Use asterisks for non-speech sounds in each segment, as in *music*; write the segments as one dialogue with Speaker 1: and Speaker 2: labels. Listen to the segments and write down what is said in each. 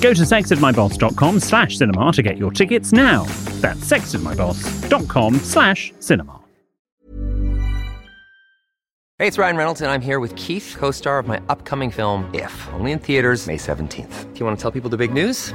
Speaker 1: Go to sexedmyboss.com slash cinema to get your tickets now. That's sexedmyboss.com slash cinema.
Speaker 2: Hey, it's Ryan Reynolds, and I'm here with Keith, co star of my upcoming film, If, only in theaters, May 17th. Do you want to tell people the big news?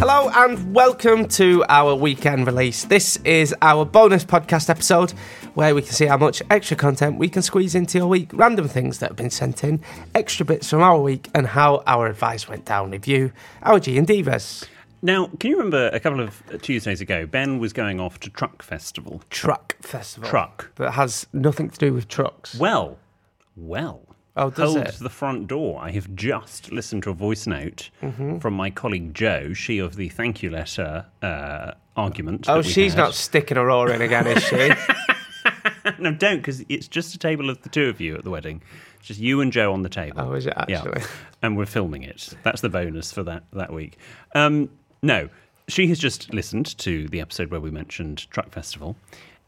Speaker 3: Hello and welcome to our weekend release. This is our bonus podcast episode where we can see how much extra content we can squeeze into your week, random things that have been sent in, extra bits from our week, and how our advice went down with you, our G and Divas.
Speaker 1: Now, can you remember a couple of Tuesdays ago, Ben was going off to Truck Festival?
Speaker 3: Truck Festival.
Speaker 1: Truck.
Speaker 3: That has nothing to do with trucks.
Speaker 1: Well, well.
Speaker 3: Oh, does
Speaker 1: hold
Speaker 3: it?
Speaker 1: the front door. I have just listened to a voice note
Speaker 3: Mm-hmm.
Speaker 1: from my colleague Joe, she of the thank you letter uh, argument.
Speaker 3: Oh,
Speaker 1: that we
Speaker 3: she's
Speaker 1: had.
Speaker 3: not sticking her oar in again, is she?
Speaker 1: *laughs* No, don't, because it's just a table of the two of you at the wedding. It's just you and Joe on the table.
Speaker 3: Oh, is it actually?
Speaker 1: Yeah. *laughs* And we're filming it. That's the bonus for that that week. Um, no, she has just listened to the episode where we mentioned Truck Festival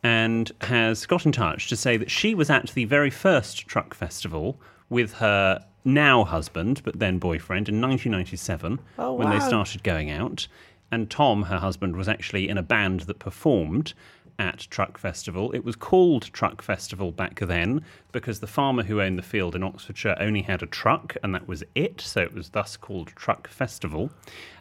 Speaker 1: and has got in touch to say that she was at the very first Truck Festival with her now husband, but then boyfriend, in 1997
Speaker 3: Oh,
Speaker 1: when they
Speaker 3: wow.
Speaker 1: started going out. And Tom, her husband, was actually in a band that performed at Truck Festival. It was called Truck Festival back then because the farmer who owned the field in Oxfordshire only had a truck and that was it. So it was thus called Truck Festival,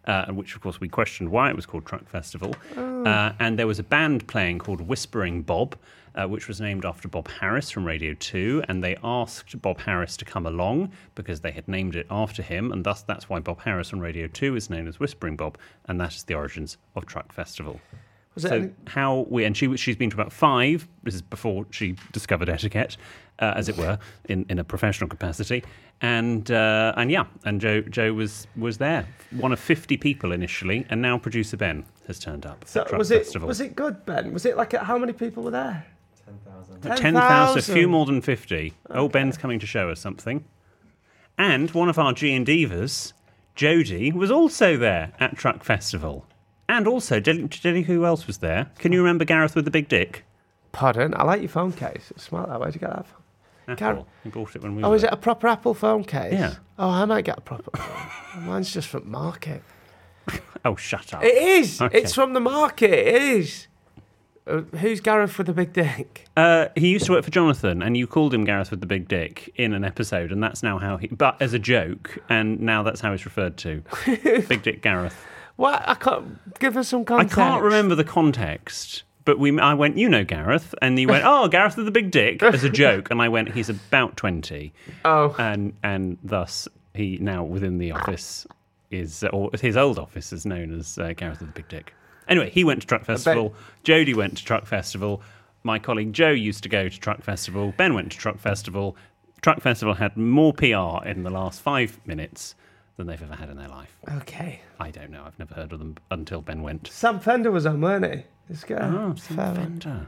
Speaker 1: uh, which of course we questioned why it was called Truck Festival. Uh, and there was a band playing called Whispering Bob. Uh, which was named after Bob Harris from Radio 2, and they asked Bob Harris to come along because they had named it after him, and thus that's why Bob Harris on Radio 2 is known as Whispering Bob, and that is the origins of Truck Festival.
Speaker 3: Was it
Speaker 1: so
Speaker 3: any-
Speaker 1: how we and she she's been to about five. This is before she discovered etiquette, uh, as it were, in, in a professional capacity. And uh, and yeah, and Joe Joe was was there, one of fifty people initially, and now producer Ben has turned up. at
Speaker 3: So
Speaker 1: *laughs* Truck
Speaker 3: was it
Speaker 1: Festival.
Speaker 3: was it good, Ben? Was it like how many people were there?
Speaker 1: Ten thousand, a few more than fifty. Oh, Ben's coming to show us something. And one of our G and Divas, Jodie, was also there at Truck Festival. And also, tell tell you who else was there? Can you remember Gareth with the big dick?
Speaker 3: Pardon, I like your phone case. It's smart that. Where'd you get that from? Gar-
Speaker 1: Apple. He bought it when we
Speaker 3: Oh,
Speaker 1: were
Speaker 3: is it a proper Apple phone case?
Speaker 1: Yeah.
Speaker 3: Oh, I might get a proper. *laughs* one. Mine's just from market.
Speaker 1: Oh, shut up.
Speaker 3: It is.
Speaker 1: Okay.
Speaker 3: It's from the market. It is. Uh, who's Gareth with the big dick?
Speaker 1: Uh, he used to work for Jonathan, and you called him Gareth with the big dick in an episode, and that's now how he. But as a joke, and now that's how he's referred
Speaker 3: *laughs*
Speaker 1: to. big dick Gareth.
Speaker 3: What? I can't. Give us some
Speaker 1: I
Speaker 3: context.
Speaker 1: can't remember the context, but we I went, you know Gareth, and he went, oh, Gareth with the big dick as a joke, and I went, he's about twenty,
Speaker 3: Oh.
Speaker 1: and and thus he now within the office is or his old office is known as uh, Gareth with the big dick. Anyway, he went to Truck Festival. Jodie went to Truck Festival. My colleague Joe used to go to Truck Festival. Ben went to Truck Festival. Truck Festival had more PR in the last five minutes than they've ever had in their life.
Speaker 3: Okay.
Speaker 1: I don't know. I've never heard of them until Ben went.
Speaker 3: Sam Fender was on, weren't he? This guy.
Speaker 1: Oh,
Speaker 3: Hmm, Fair one.
Speaker 1: Fender.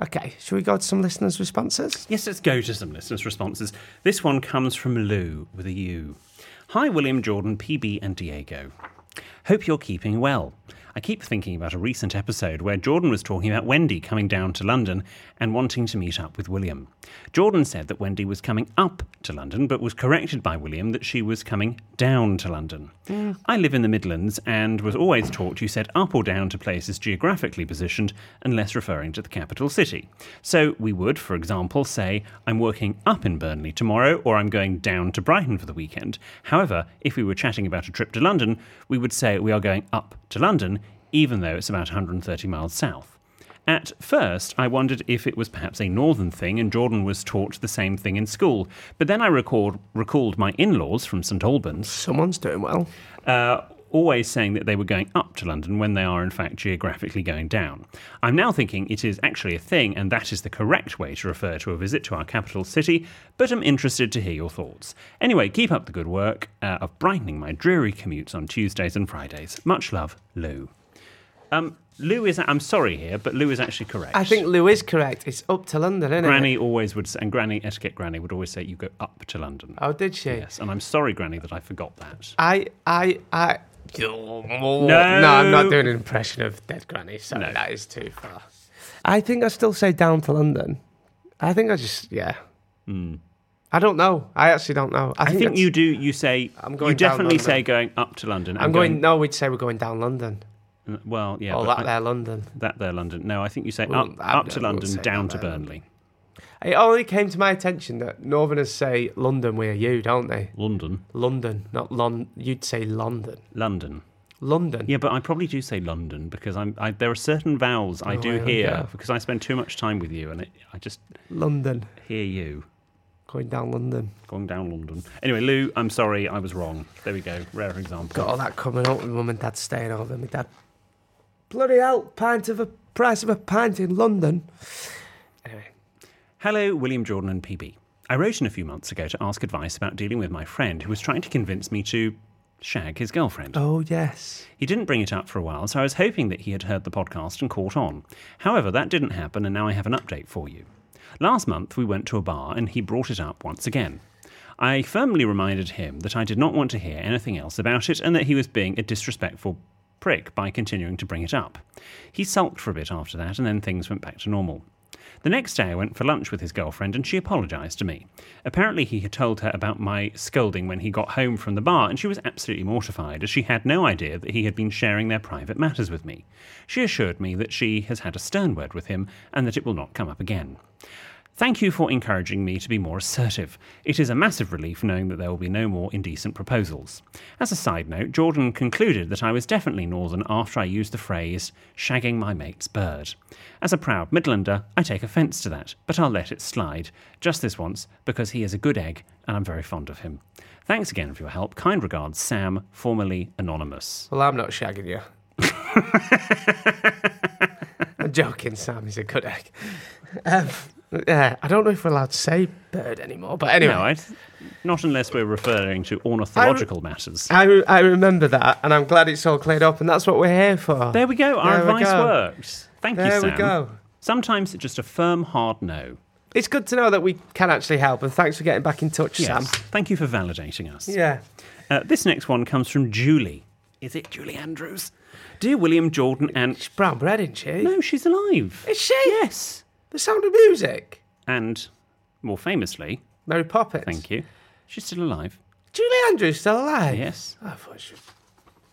Speaker 3: Okay, should we go to some listeners' responses?
Speaker 1: Yes, let's go to some listeners' responses. This one comes from Lou with a U. Hi, William, Jordan, PB, and Diego. Hope you're keeping well. I keep thinking about a recent episode where Jordan was talking about Wendy coming down to London and wanting to meet up with William. Jordan said that Wendy was coming up to London, but was corrected by William that she was coming down to London. I live in the Midlands and was always taught you said up or down to places geographically positioned unless referring to the capital city. So we would, for example, say, I'm working up in Burnley tomorrow or I'm going down to Brighton for the weekend. However, if we were chatting about a trip to London, we would say we are going up to London, even though it's about 130 miles south. At first, I wondered if it was perhaps a northern thing and Jordan was taught the same thing in school, but then I recalled, recalled my in laws from St Albans
Speaker 3: Someone's doing well.
Speaker 1: uh, always saying that they were going up to London when they are, in fact, geographically going down. I'm now thinking it is actually a thing, and that is the correct way to refer to a visit to our capital city, but I'm interested to hear your thoughts. Anyway, keep up the good work uh, of brightening my dreary commutes on Tuesdays and Fridays. Much love, Lou. Um, Lou is, I'm sorry here, but Lou is actually correct.
Speaker 3: I think Lou is correct. It's up to London, isn't
Speaker 1: Granny
Speaker 3: it?
Speaker 1: always would, say, and Granny, etiquette Granny, would always say you go up to London.
Speaker 3: Oh, did she?
Speaker 1: Yes, and I'm sorry, Granny, that I forgot that.
Speaker 3: I, I, I. No, I'm not doing an impression of Dead Granny. Sorry,
Speaker 1: No.
Speaker 3: that is too far. I think I still say down to London. I think I just, yeah. I don't know. I actually don't know. I,
Speaker 1: Hmm. I think
Speaker 3: that's-
Speaker 1: you do. You say
Speaker 3: I'm going
Speaker 1: you
Speaker 3: down
Speaker 1: definitely
Speaker 3: London.
Speaker 1: say going up to London.
Speaker 3: I'm going, No, we'd say we're going down London.
Speaker 1: n- Well, yeah,
Speaker 3: or
Speaker 1: but
Speaker 3: that
Speaker 1: I-
Speaker 3: there, London.
Speaker 1: that there, London. No, I think you say
Speaker 3: Well,
Speaker 1: up,
Speaker 3: I-
Speaker 1: up to
Speaker 3: I would
Speaker 1: London,
Speaker 3: say
Speaker 1: down
Speaker 3: that
Speaker 1: to
Speaker 3: there.
Speaker 1: Burnley,
Speaker 3: It only came to my attention that Northerners say London where you, don't they?
Speaker 1: London,
Speaker 3: London, not Lon. You'd say London.
Speaker 1: London.
Speaker 3: London.
Speaker 1: Yeah, but I probably do say London because I'm. I, there are certain vowels I do
Speaker 3: here Oh, we
Speaker 1: hear
Speaker 3: go.
Speaker 1: because I spend too much time with you, and it, I just
Speaker 3: London.
Speaker 1: hear you
Speaker 3: Going down London.
Speaker 1: going down London. Anyway, Lou, I'm sorry, I was wrong. There we go. Rare example.
Speaker 3: Got all that coming up with mum and dad staying over. My dad, bloody hell, pint of a price of a pint in London. Anyway,
Speaker 1: Hello, William Jordan and PB. I wrote in a few months ago to ask advice about dealing with my friend who was trying to convince me to shag his girlfriend.
Speaker 3: oh yes,
Speaker 1: He didn't bring it up for a while, so I was hoping that he had heard the podcast and caught on. However, that didn't happen, and now I have an update for you. Last month, we went to a bar, and he brought it up once again. I firmly reminded him that I did not want to hear anything else about it and that he was being a disrespectful prick by continuing to bring it up. He sulked for a bit after that, and then things went back to normal. The next day, I went for lunch with his girlfriend and she apologised to me. Apparently, he had told her about my scolding when he got home from the bar, and she was absolutely mortified as she had no idea that he had been sharing their private matters with me. She assured me that she has had a stern word with him and that it will not come up again. Thank you for encouraging me to be more assertive. It is a massive relief knowing that there will be no more indecent proposals. As a side note, Jordan concluded that I was definitely Northern after I used the phrase, shagging my mate's bird. As a proud Midlander, I take offence to that, but I'll let it slide, just this once, because he is a good egg and I'm very fond of him. Thanks again for your help. Kind regards, Sam, formerly Anonymous.
Speaker 3: well I'm not
Speaker 1: *laughs*
Speaker 3: shagging you. I'm joking, Sam. He's a good egg. Um, yeah, I don't know if we're allowed to say bird anymore, but anyway.
Speaker 1: No, I, not unless we're referring to ornithological matters.
Speaker 3: I, re- I remember that, and I'm glad it's all cleared up, and that's what we're here for.
Speaker 1: There we go. Our
Speaker 3: There we
Speaker 1: advice
Speaker 3: go.
Speaker 1: works. Thank you,
Speaker 3: There we
Speaker 1: Sam.
Speaker 3: go.
Speaker 1: Sometimes it's just a firm, hard no.
Speaker 3: It's good to know that we can actually help, and thanks for getting back in touch,
Speaker 1: Yes.
Speaker 3: Sam.
Speaker 1: Thank you for validating us.
Speaker 3: Yeah.
Speaker 1: Uh, this next one comes from Julie. Is it Julie Andrews? Dear William Jordan and.
Speaker 3: She's brown bread, isn't she?
Speaker 1: No, she's alive.
Speaker 3: Is she?
Speaker 1: Yes.
Speaker 3: The Sound of Music.
Speaker 1: And more famously,
Speaker 3: Mary Poppins.
Speaker 1: thank you, she's still alive.
Speaker 3: Julie Andrews still alive.
Speaker 1: Yes.
Speaker 3: I thought she.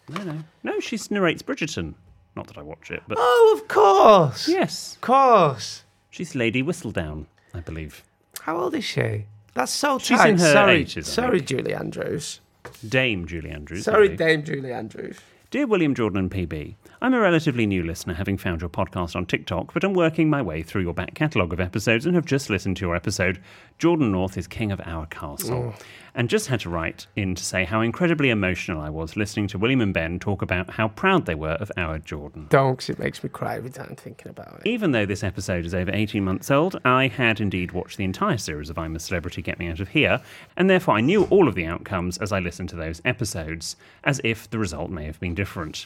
Speaker 1: No, no. No, she narrates Bridgerton. Not that I watch it, but.
Speaker 3: Oh, of course.
Speaker 1: Yes.
Speaker 3: Of course.
Speaker 1: She's Lady Whistledown, I believe.
Speaker 3: How old is she? That's so
Speaker 1: She's
Speaker 3: tight.
Speaker 1: in her
Speaker 3: Sorry,
Speaker 1: 80s, I
Speaker 3: sorry,
Speaker 1: think.
Speaker 3: Julie Andrews.
Speaker 1: Dame Julie Andrews. I
Speaker 3: Sorry,
Speaker 1: believe.
Speaker 3: Dame Julie Andrews.
Speaker 1: Dear William Jordan and PB, I'm a relatively new listener, having found your podcast on TikTok, but I'm working my way through your back catalogue of episodes and have just listened to your episode, Jordan North is King of Our Castle, and just had to write in to say how incredibly emotional I was listening to William and Ben talk about how proud they were of our Jordan.
Speaker 3: Don't, 'cause it makes me cry every time thinking about it.
Speaker 1: Even though this episode is over 18 months old, I had indeed watched the entire series of I'm a Celebrity Get Me Out of Here, and therefore I knew all of the outcomes as I listened to those episodes, as if the result may have been different.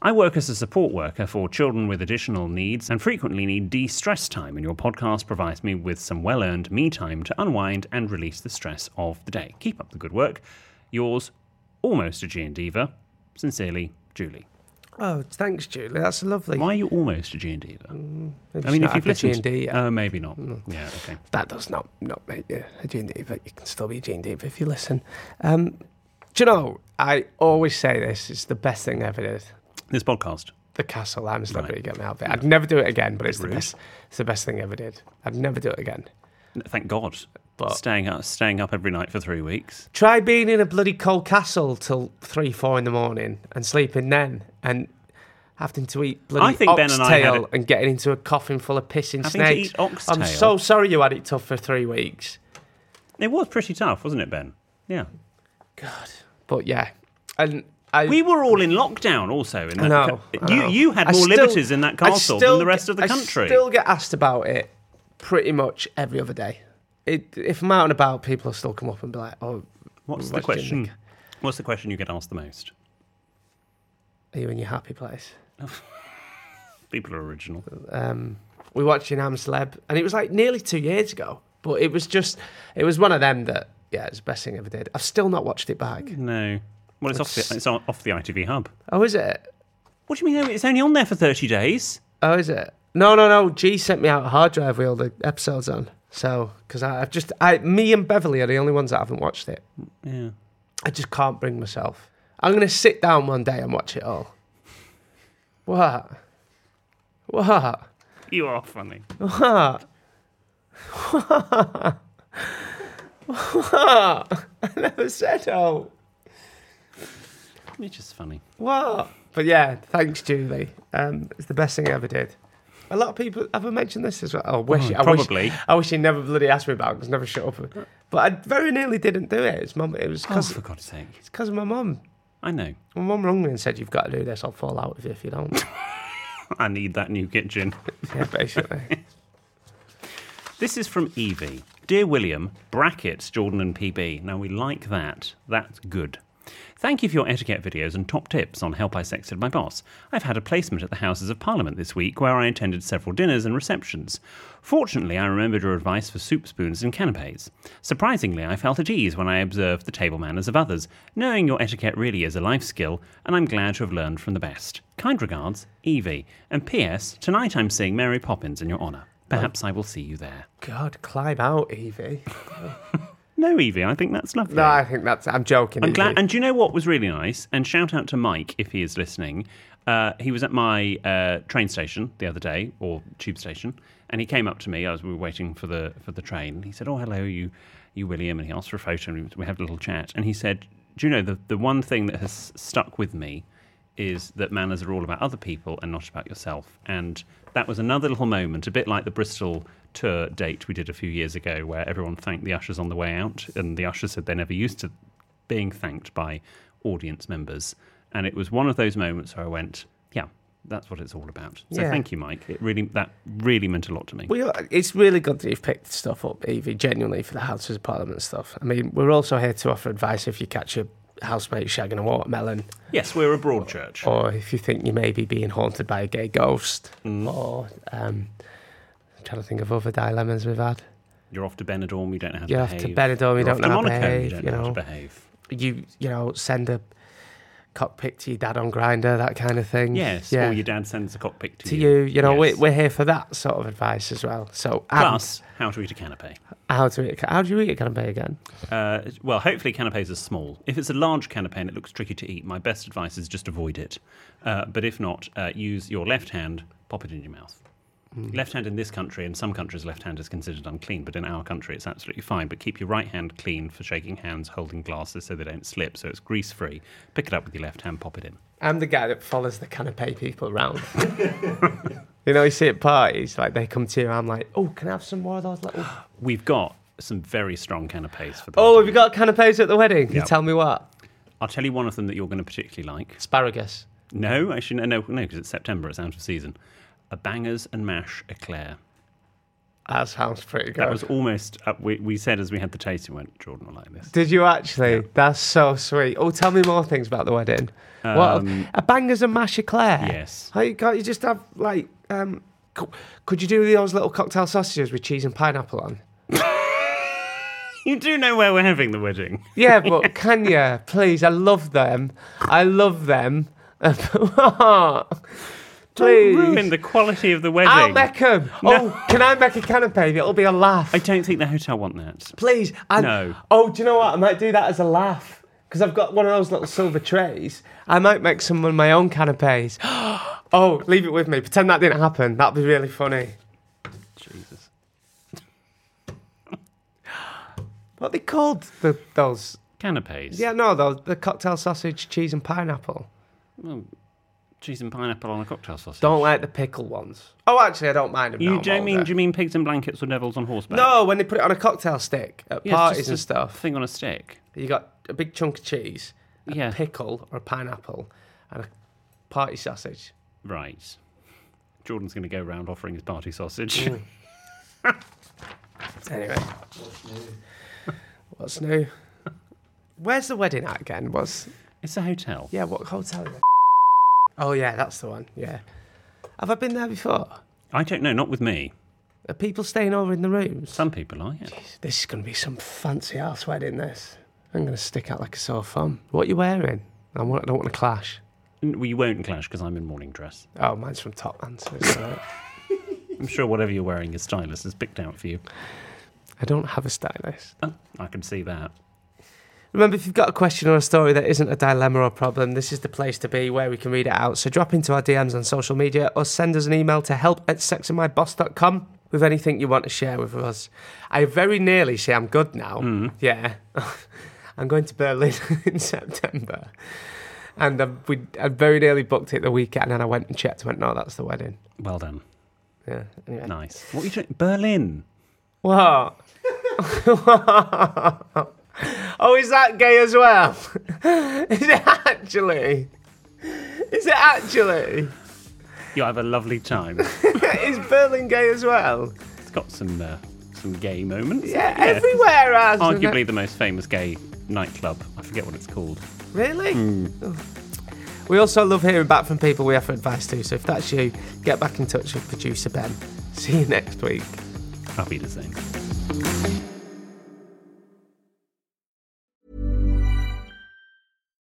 Speaker 1: I work as a support worker for children with additional needs and frequently need de stress time, and your podcast provides me with some well earned me time to unwind and release the stress of the day. Keep up the good work. Yours, almost a G&D Diva. Sincerely, Julie.
Speaker 3: Oh, thanks, Julie. That's lovely.
Speaker 1: Why are you almost a G&D Diva?
Speaker 3: Maybe
Speaker 1: I mean,
Speaker 3: she's
Speaker 1: if
Speaker 3: not
Speaker 1: you've
Speaker 3: having a
Speaker 1: listened,
Speaker 3: G&D, yeah.
Speaker 1: oh, maybe not.
Speaker 3: Mm.
Speaker 1: Yeah, okay.
Speaker 3: that does not not make you a Gene Deep, but you can still be a Gene Deep if you listen. Um, do you know? I always say this: it's the best thing I ever did.
Speaker 1: This podcast.
Speaker 3: The castle. I'm still
Speaker 1: Right.
Speaker 3: going to get me out of it. I'd never do it again, but it's the
Speaker 1: rude.
Speaker 3: best. It's the best thing I ever did. I'd never do it again.
Speaker 1: N- Thank God.
Speaker 3: But-
Speaker 1: staying up, staying up every night for three weeks.
Speaker 3: Try being in a bloody cold castle till three, four in the morning and sleeping then, and having to eat bloody
Speaker 1: I think Ben and I had
Speaker 3: oxtail
Speaker 1: it-
Speaker 3: and getting into a coffin full of pissing
Speaker 1: Having to
Speaker 3: snakes.
Speaker 1: eat oxtail?
Speaker 3: I'm so sorry you had it tough for three weeks.
Speaker 1: It was pretty tough, wasn't it, Ben? Yeah.
Speaker 3: God, but yeah, and I
Speaker 1: We were all in lockdown also in that
Speaker 3: No,
Speaker 1: ca-
Speaker 3: I
Speaker 1: you
Speaker 3: know.
Speaker 1: you had
Speaker 3: I
Speaker 1: more
Speaker 3: still-
Speaker 1: liberties in that
Speaker 3: I
Speaker 1: castle
Speaker 3: still
Speaker 1: than the rest
Speaker 3: get-
Speaker 1: of the country.
Speaker 3: I still get asked about it pretty much every other day. It, if I'm out and about, people will still come up and be like, "Oh,
Speaker 1: What's the
Speaker 3: what's Jim
Speaker 1: question?
Speaker 3: Nick?
Speaker 1: What's the question you get asked the most?
Speaker 3: Are you in your happy place?"
Speaker 1: People are original.
Speaker 3: Um, we watched in Am Celeb, and it was like nearly two years ago. But it was just, it was one of them that, yeah, it's the best thing I ever did. I've still not watched it back.
Speaker 1: No. Well, it's off the,
Speaker 3: It's-
Speaker 1: it's o- off the ITV hub.
Speaker 3: Oh, is it?
Speaker 1: What do you mean? though? It's only on there for thirty days.
Speaker 3: Oh, is it? No, no, no. G sent me out a hard drive with all the episodes on. So, because I've just, I, me and Beverly are the only ones that haven't watched it.
Speaker 1: Yeah.
Speaker 3: I just can't bring myself. I'm going to sit down one day and watch it all. What? What? *laughs*
Speaker 1: You are funny.
Speaker 3: What? What? What? I never said oh.
Speaker 1: You're just funny.
Speaker 3: What? But yeah, thanks, Julie. Um, it's the best thing I ever did. A lot of people have I mentioned this as well. Oh, I wish
Speaker 1: Oh,
Speaker 3: I
Speaker 1: probably.
Speaker 3: Wish, I wish he never bloody asked me about because never shut up. But I very nearly didn't do it. It's mum. It was
Speaker 1: Oh,
Speaker 3: because
Speaker 1: for God's sake!
Speaker 3: it's because of my mum.
Speaker 1: I know.
Speaker 3: My mum rung me and said, "You've got to do this. I'll fall out with you if you don't." *laughs*
Speaker 1: I need that new kitchen.
Speaker 3: yeah, basically.
Speaker 1: This is from Evie. Dear William, brackets Jordan and PB. Now we like that. That's good. Thank you for your etiquette videos and top tips on help I sexted my boss. I've had a placement at the Houses of Parliament this week where I attended several dinners and receptions. Fortunately, I remembered your advice for soup spoons and canapes. Surprisingly, I felt at ease when I observed the table manners of others. Knowing your etiquette really is a life skill, and I'm glad to have learned from the best. Kind regards, Evie. And P.S. Tonight I'm seeing Mary Poppins in your honour. Perhaps I will see you there.
Speaker 3: God, climb out, Evie.
Speaker 1: No, Evie, I think that's lovely.
Speaker 3: No, I think that's. I'm joking.
Speaker 1: I'm
Speaker 3: Evie.
Speaker 1: glad. And do you know what was really nice? And shout out to Mike if he is listening. Uh, he was at my uh, train station the other day, or tube station, and he came up to me as we were waiting for the for the train. He said, "Oh, hello, you, you William," and he asked for a photo, and we had a little chat. And he said, "Do you know the the one thing that has stuck with me is that manners are all about other people and not about yourself. And that was another little moment, a bit like the Bristol tour date we did a few years ago, where everyone thanked the ushers on the way out, and the ushers said they're never used to being thanked by audience members. And it was one of those moments where I went, yeah, that's what it's all about. So
Speaker 3: Yeah.
Speaker 1: thank you, Mike. It really that really meant a lot to me.
Speaker 3: We, are- it's really good that you've picked stuff up, Evie, genuinely, for the Houses of Parliament stuff. I mean, we're also here to offer advice if you catch your housemate shagging a watermelon,
Speaker 1: yes, we're a broad church.
Speaker 3: or if you think you may be being haunted by a gay ghost,
Speaker 1: Mm.
Speaker 3: or um, I'm trying to think of other dilemmas we've had.
Speaker 1: You're off to Benidorm. You don't know how to
Speaker 3: You're off to
Speaker 1: behave.
Speaker 3: Benidorm, you
Speaker 1: You're off
Speaker 3: don't know
Speaker 1: to
Speaker 3: how to
Speaker 1: Monaco. you
Speaker 3: behave,
Speaker 1: don't
Speaker 3: you
Speaker 1: know how to
Speaker 3: know.
Speaker 1: behave.
Speaker 3: You, you know, send a cockpit to your dad on grinder, that kind of thing.
Speaker 1: Yes. Or your dad sends a cockpit to,
Speaker 3: to you, you know,
Speaker 1: Yes.
Speaker 3: we, we're here for that sort of advice as well. So, and
Speaker 1: Plus, how to eat a canapé.
Speaker 3: how do eat? How do you eat a canapé again?
Speaker 1: Uh, well, hopefully canapes are small. If it's a large canapé and it looks tricky to eat, my best advice is just avoid it. Uh, but if not, uh, use your left hand, pop it in your mouth. Left hand in this country, in some countries, left hand is considered unclean, but in our country, it's absolutely fine. But keep your right hand clean for shaking hands, holding glasses so they don't slip, so it's grease free. Pick it up with your left hand, pop it in.
Speaker 3: I'm the guy that follows the canapé people around. *laughs* you know, you see at parties, like they come to you, I'm like, oh, can I have some more of those *gasps* little.
Speaker 1: We've got some very strong canapes for the
Speaker 3: Oh, have
Speaker 1: wedding.
Speaker 3: you got canapés at the wedding? Can
Speaker 1: Yeah.
Speaker 3: you tell me what?
Speaker 1: I'll tell you one of them that you're going to particularly like.
Speaker 3: Asparagus.
Speaker 1: No, actually, no, no, because it's September, it's out of season. A bangers and mash eclair.
Speaker 3: That sounds pretty good.
Speaker 1: That was almost, uh, we, we said as we had the tasting, went, Jordan will like
Speaker 3: *laughs*
Speaker 1: this.
Speaker 3: Did you actually? That's so sweet. Oh, tell me more things about the wedding. what a bangers and mashed eclair.
Speaker 1: Um, Yes.
Speaker 3: How you can't you just have like um, co- could you do those little cocktail sausages with cheese and pineapple on?
Speaker 1: You do know where we're having the
Speaker 3: *laughs*
Speaker 1: wedding.
Speaker 3: Yeah, but can you please? I love them. I love them. *laughs* please.
Speaker 1: Don't ruin the quality of the wedding.
Speaker 3: I'll make 'em. Oh, can I make a canapé? It'll be a laugh.
Speaker 1: I don't think the hotel want that.
Speaker 3: Please. And,
Speaker 1: No.
Speaker 3: Oh, do you know what? I might do that as a laugh because I've got one of those little silver trays. I might make some of my own canapes. *gasps* oh, leave it with me. Pretend that didn't happen. That'd be really funny.
Speaker 1: Jesus.
Speaker 3: What are they called? The, those.
Speaker 1: Canapes.
Speaker 3: Yeah, no, those, the cocktail sausage, cheese, and pineapple.
Speaker 1: Cheese and pineapple on a cocktail sausage.
Speaker 3: Don't like the pickle ones. Oh, actually, I don't mind them.
Speaker 1: You
Speaker 3: now,
Speaker 1: don't mean,
Speaker 3: Mulder.
Speaker 1: do you mean pigs in blankets or devils on horseback?
Speaker 3: No, when they put it on a cocktail stick at
Speaker 1: Yeah, it's
Speaker 3: parties
Speaker 1: just
Speaker 3: and
Speaker 1: a
Speaker 3: stuff,
Speaker 1: Thing on a stick.
Speaker 3: you got a big chunk of cheese, a
Speaker 1: Yeah.
Speaker 3: pickle or a pineapple, and a party sausage.
Speaker 1: Right. Jordan's going to go round offering his party sausage.
Speaker 3: Mm. Anyway. What's new? Where's the wedding at again? Was
Speaker 1: *laughs* it's a hotel.
Speaker 3: yeah, what hotel is it? Oh yeah, that's the one. Yeah. Have I been there before?
Speaker 1: I don't know, not with me.
Speaker 3: Are people staying over in the rooms?
Speaker 1: Some people are, yeah.
Speaker 3: This is gonna be some fancy ass wedding this. I'm gonna stick out like a sore thumb. What are you wearing? I want I don't want to clash.
Speaker 1: N- We won't clash because I'm in morning dress.
Speaker 3: Oh, mine's from Top Man, so it's all right.
Speaker 1: I'm sure whatever you're wearing, your stylist has picked out for you.
Speaker 3: I don't have a stylist.
Speaker 1: Oh, I can see that.
Speaker 3: Remember, if you've got a question or a story that isn't a dilemma or problem, this is the place to be where we can read it out. So drop into our DMs on social media or send us an email to help at sexandmyboss.com with anything you want to share with us. I very nearly say I'm good now. Yeah. *laughs* I'm going to Berlin *laughs* in September. And I, we, I very nearly booked it the weekend and I went and checked went, no, that's the wedding.
Speaker 1: Well done.
Speaker 3: Yeah. Anyway.
Speaker 1: Nice. What are you doing? Berlin.
Speaker 3: What? *laughs* oh, is that gay as well? *laughs* is it actually? Is it actually?
Speaker 1: You'll have a lovely time.
Speaker 3: is Berlin gay as well?
Speaker 1: it's got some uh, some gay moments.
Speaker 3: Yeah, everywhere has. isn't it?
Speaker 1: Arguably the most famous gay nightclub. I forget what it's called.
Speaker 3: Really? Oh. We also love hearing back from people we offer advice to, so if that's you, get back in touch with producer Ben. See you next week.
Speaker 1: I'll be the same.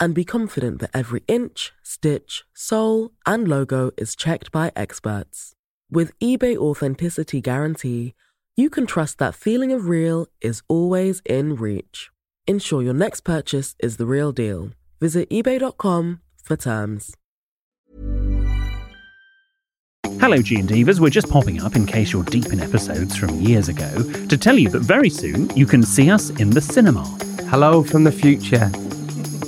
Speaker 4: and be confident that every inch, stitch, sole, and logo is checked by experts. With eBay Authenticity Guarantee, you can trust that feeling of real is always in reach. Ensure your next purchase is the real deal. Visit eBay.com for terms.
Speaker 1: Hello, G and Divas. We're just popping up in case you're deep in episodes from years ago to tell you that very soon you can see us in the cinema.
Speaker 5: Hello from the future.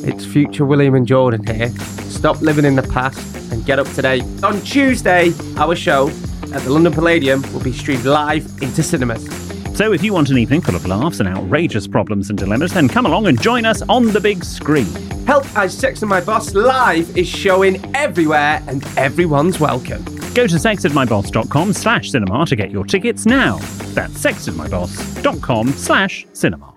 Speaker 5: It's future William and Jordan here. Stop living in the past and get up to date. On Tuesday, our show at the London Palladium will be streamed live into cinemas.
Speaker 1: So if you want an evening full of laughs and outrageous problems and dilemmas, then come along and join us on the big screen.
Speaker 5: Help I Sex and My Boss live is showing everywhere and everyone's welcome.
Speaker 1: Go to sexedmyboss.com slash cinema to get your tickets now. That's sexedmyboss.com slash cinema.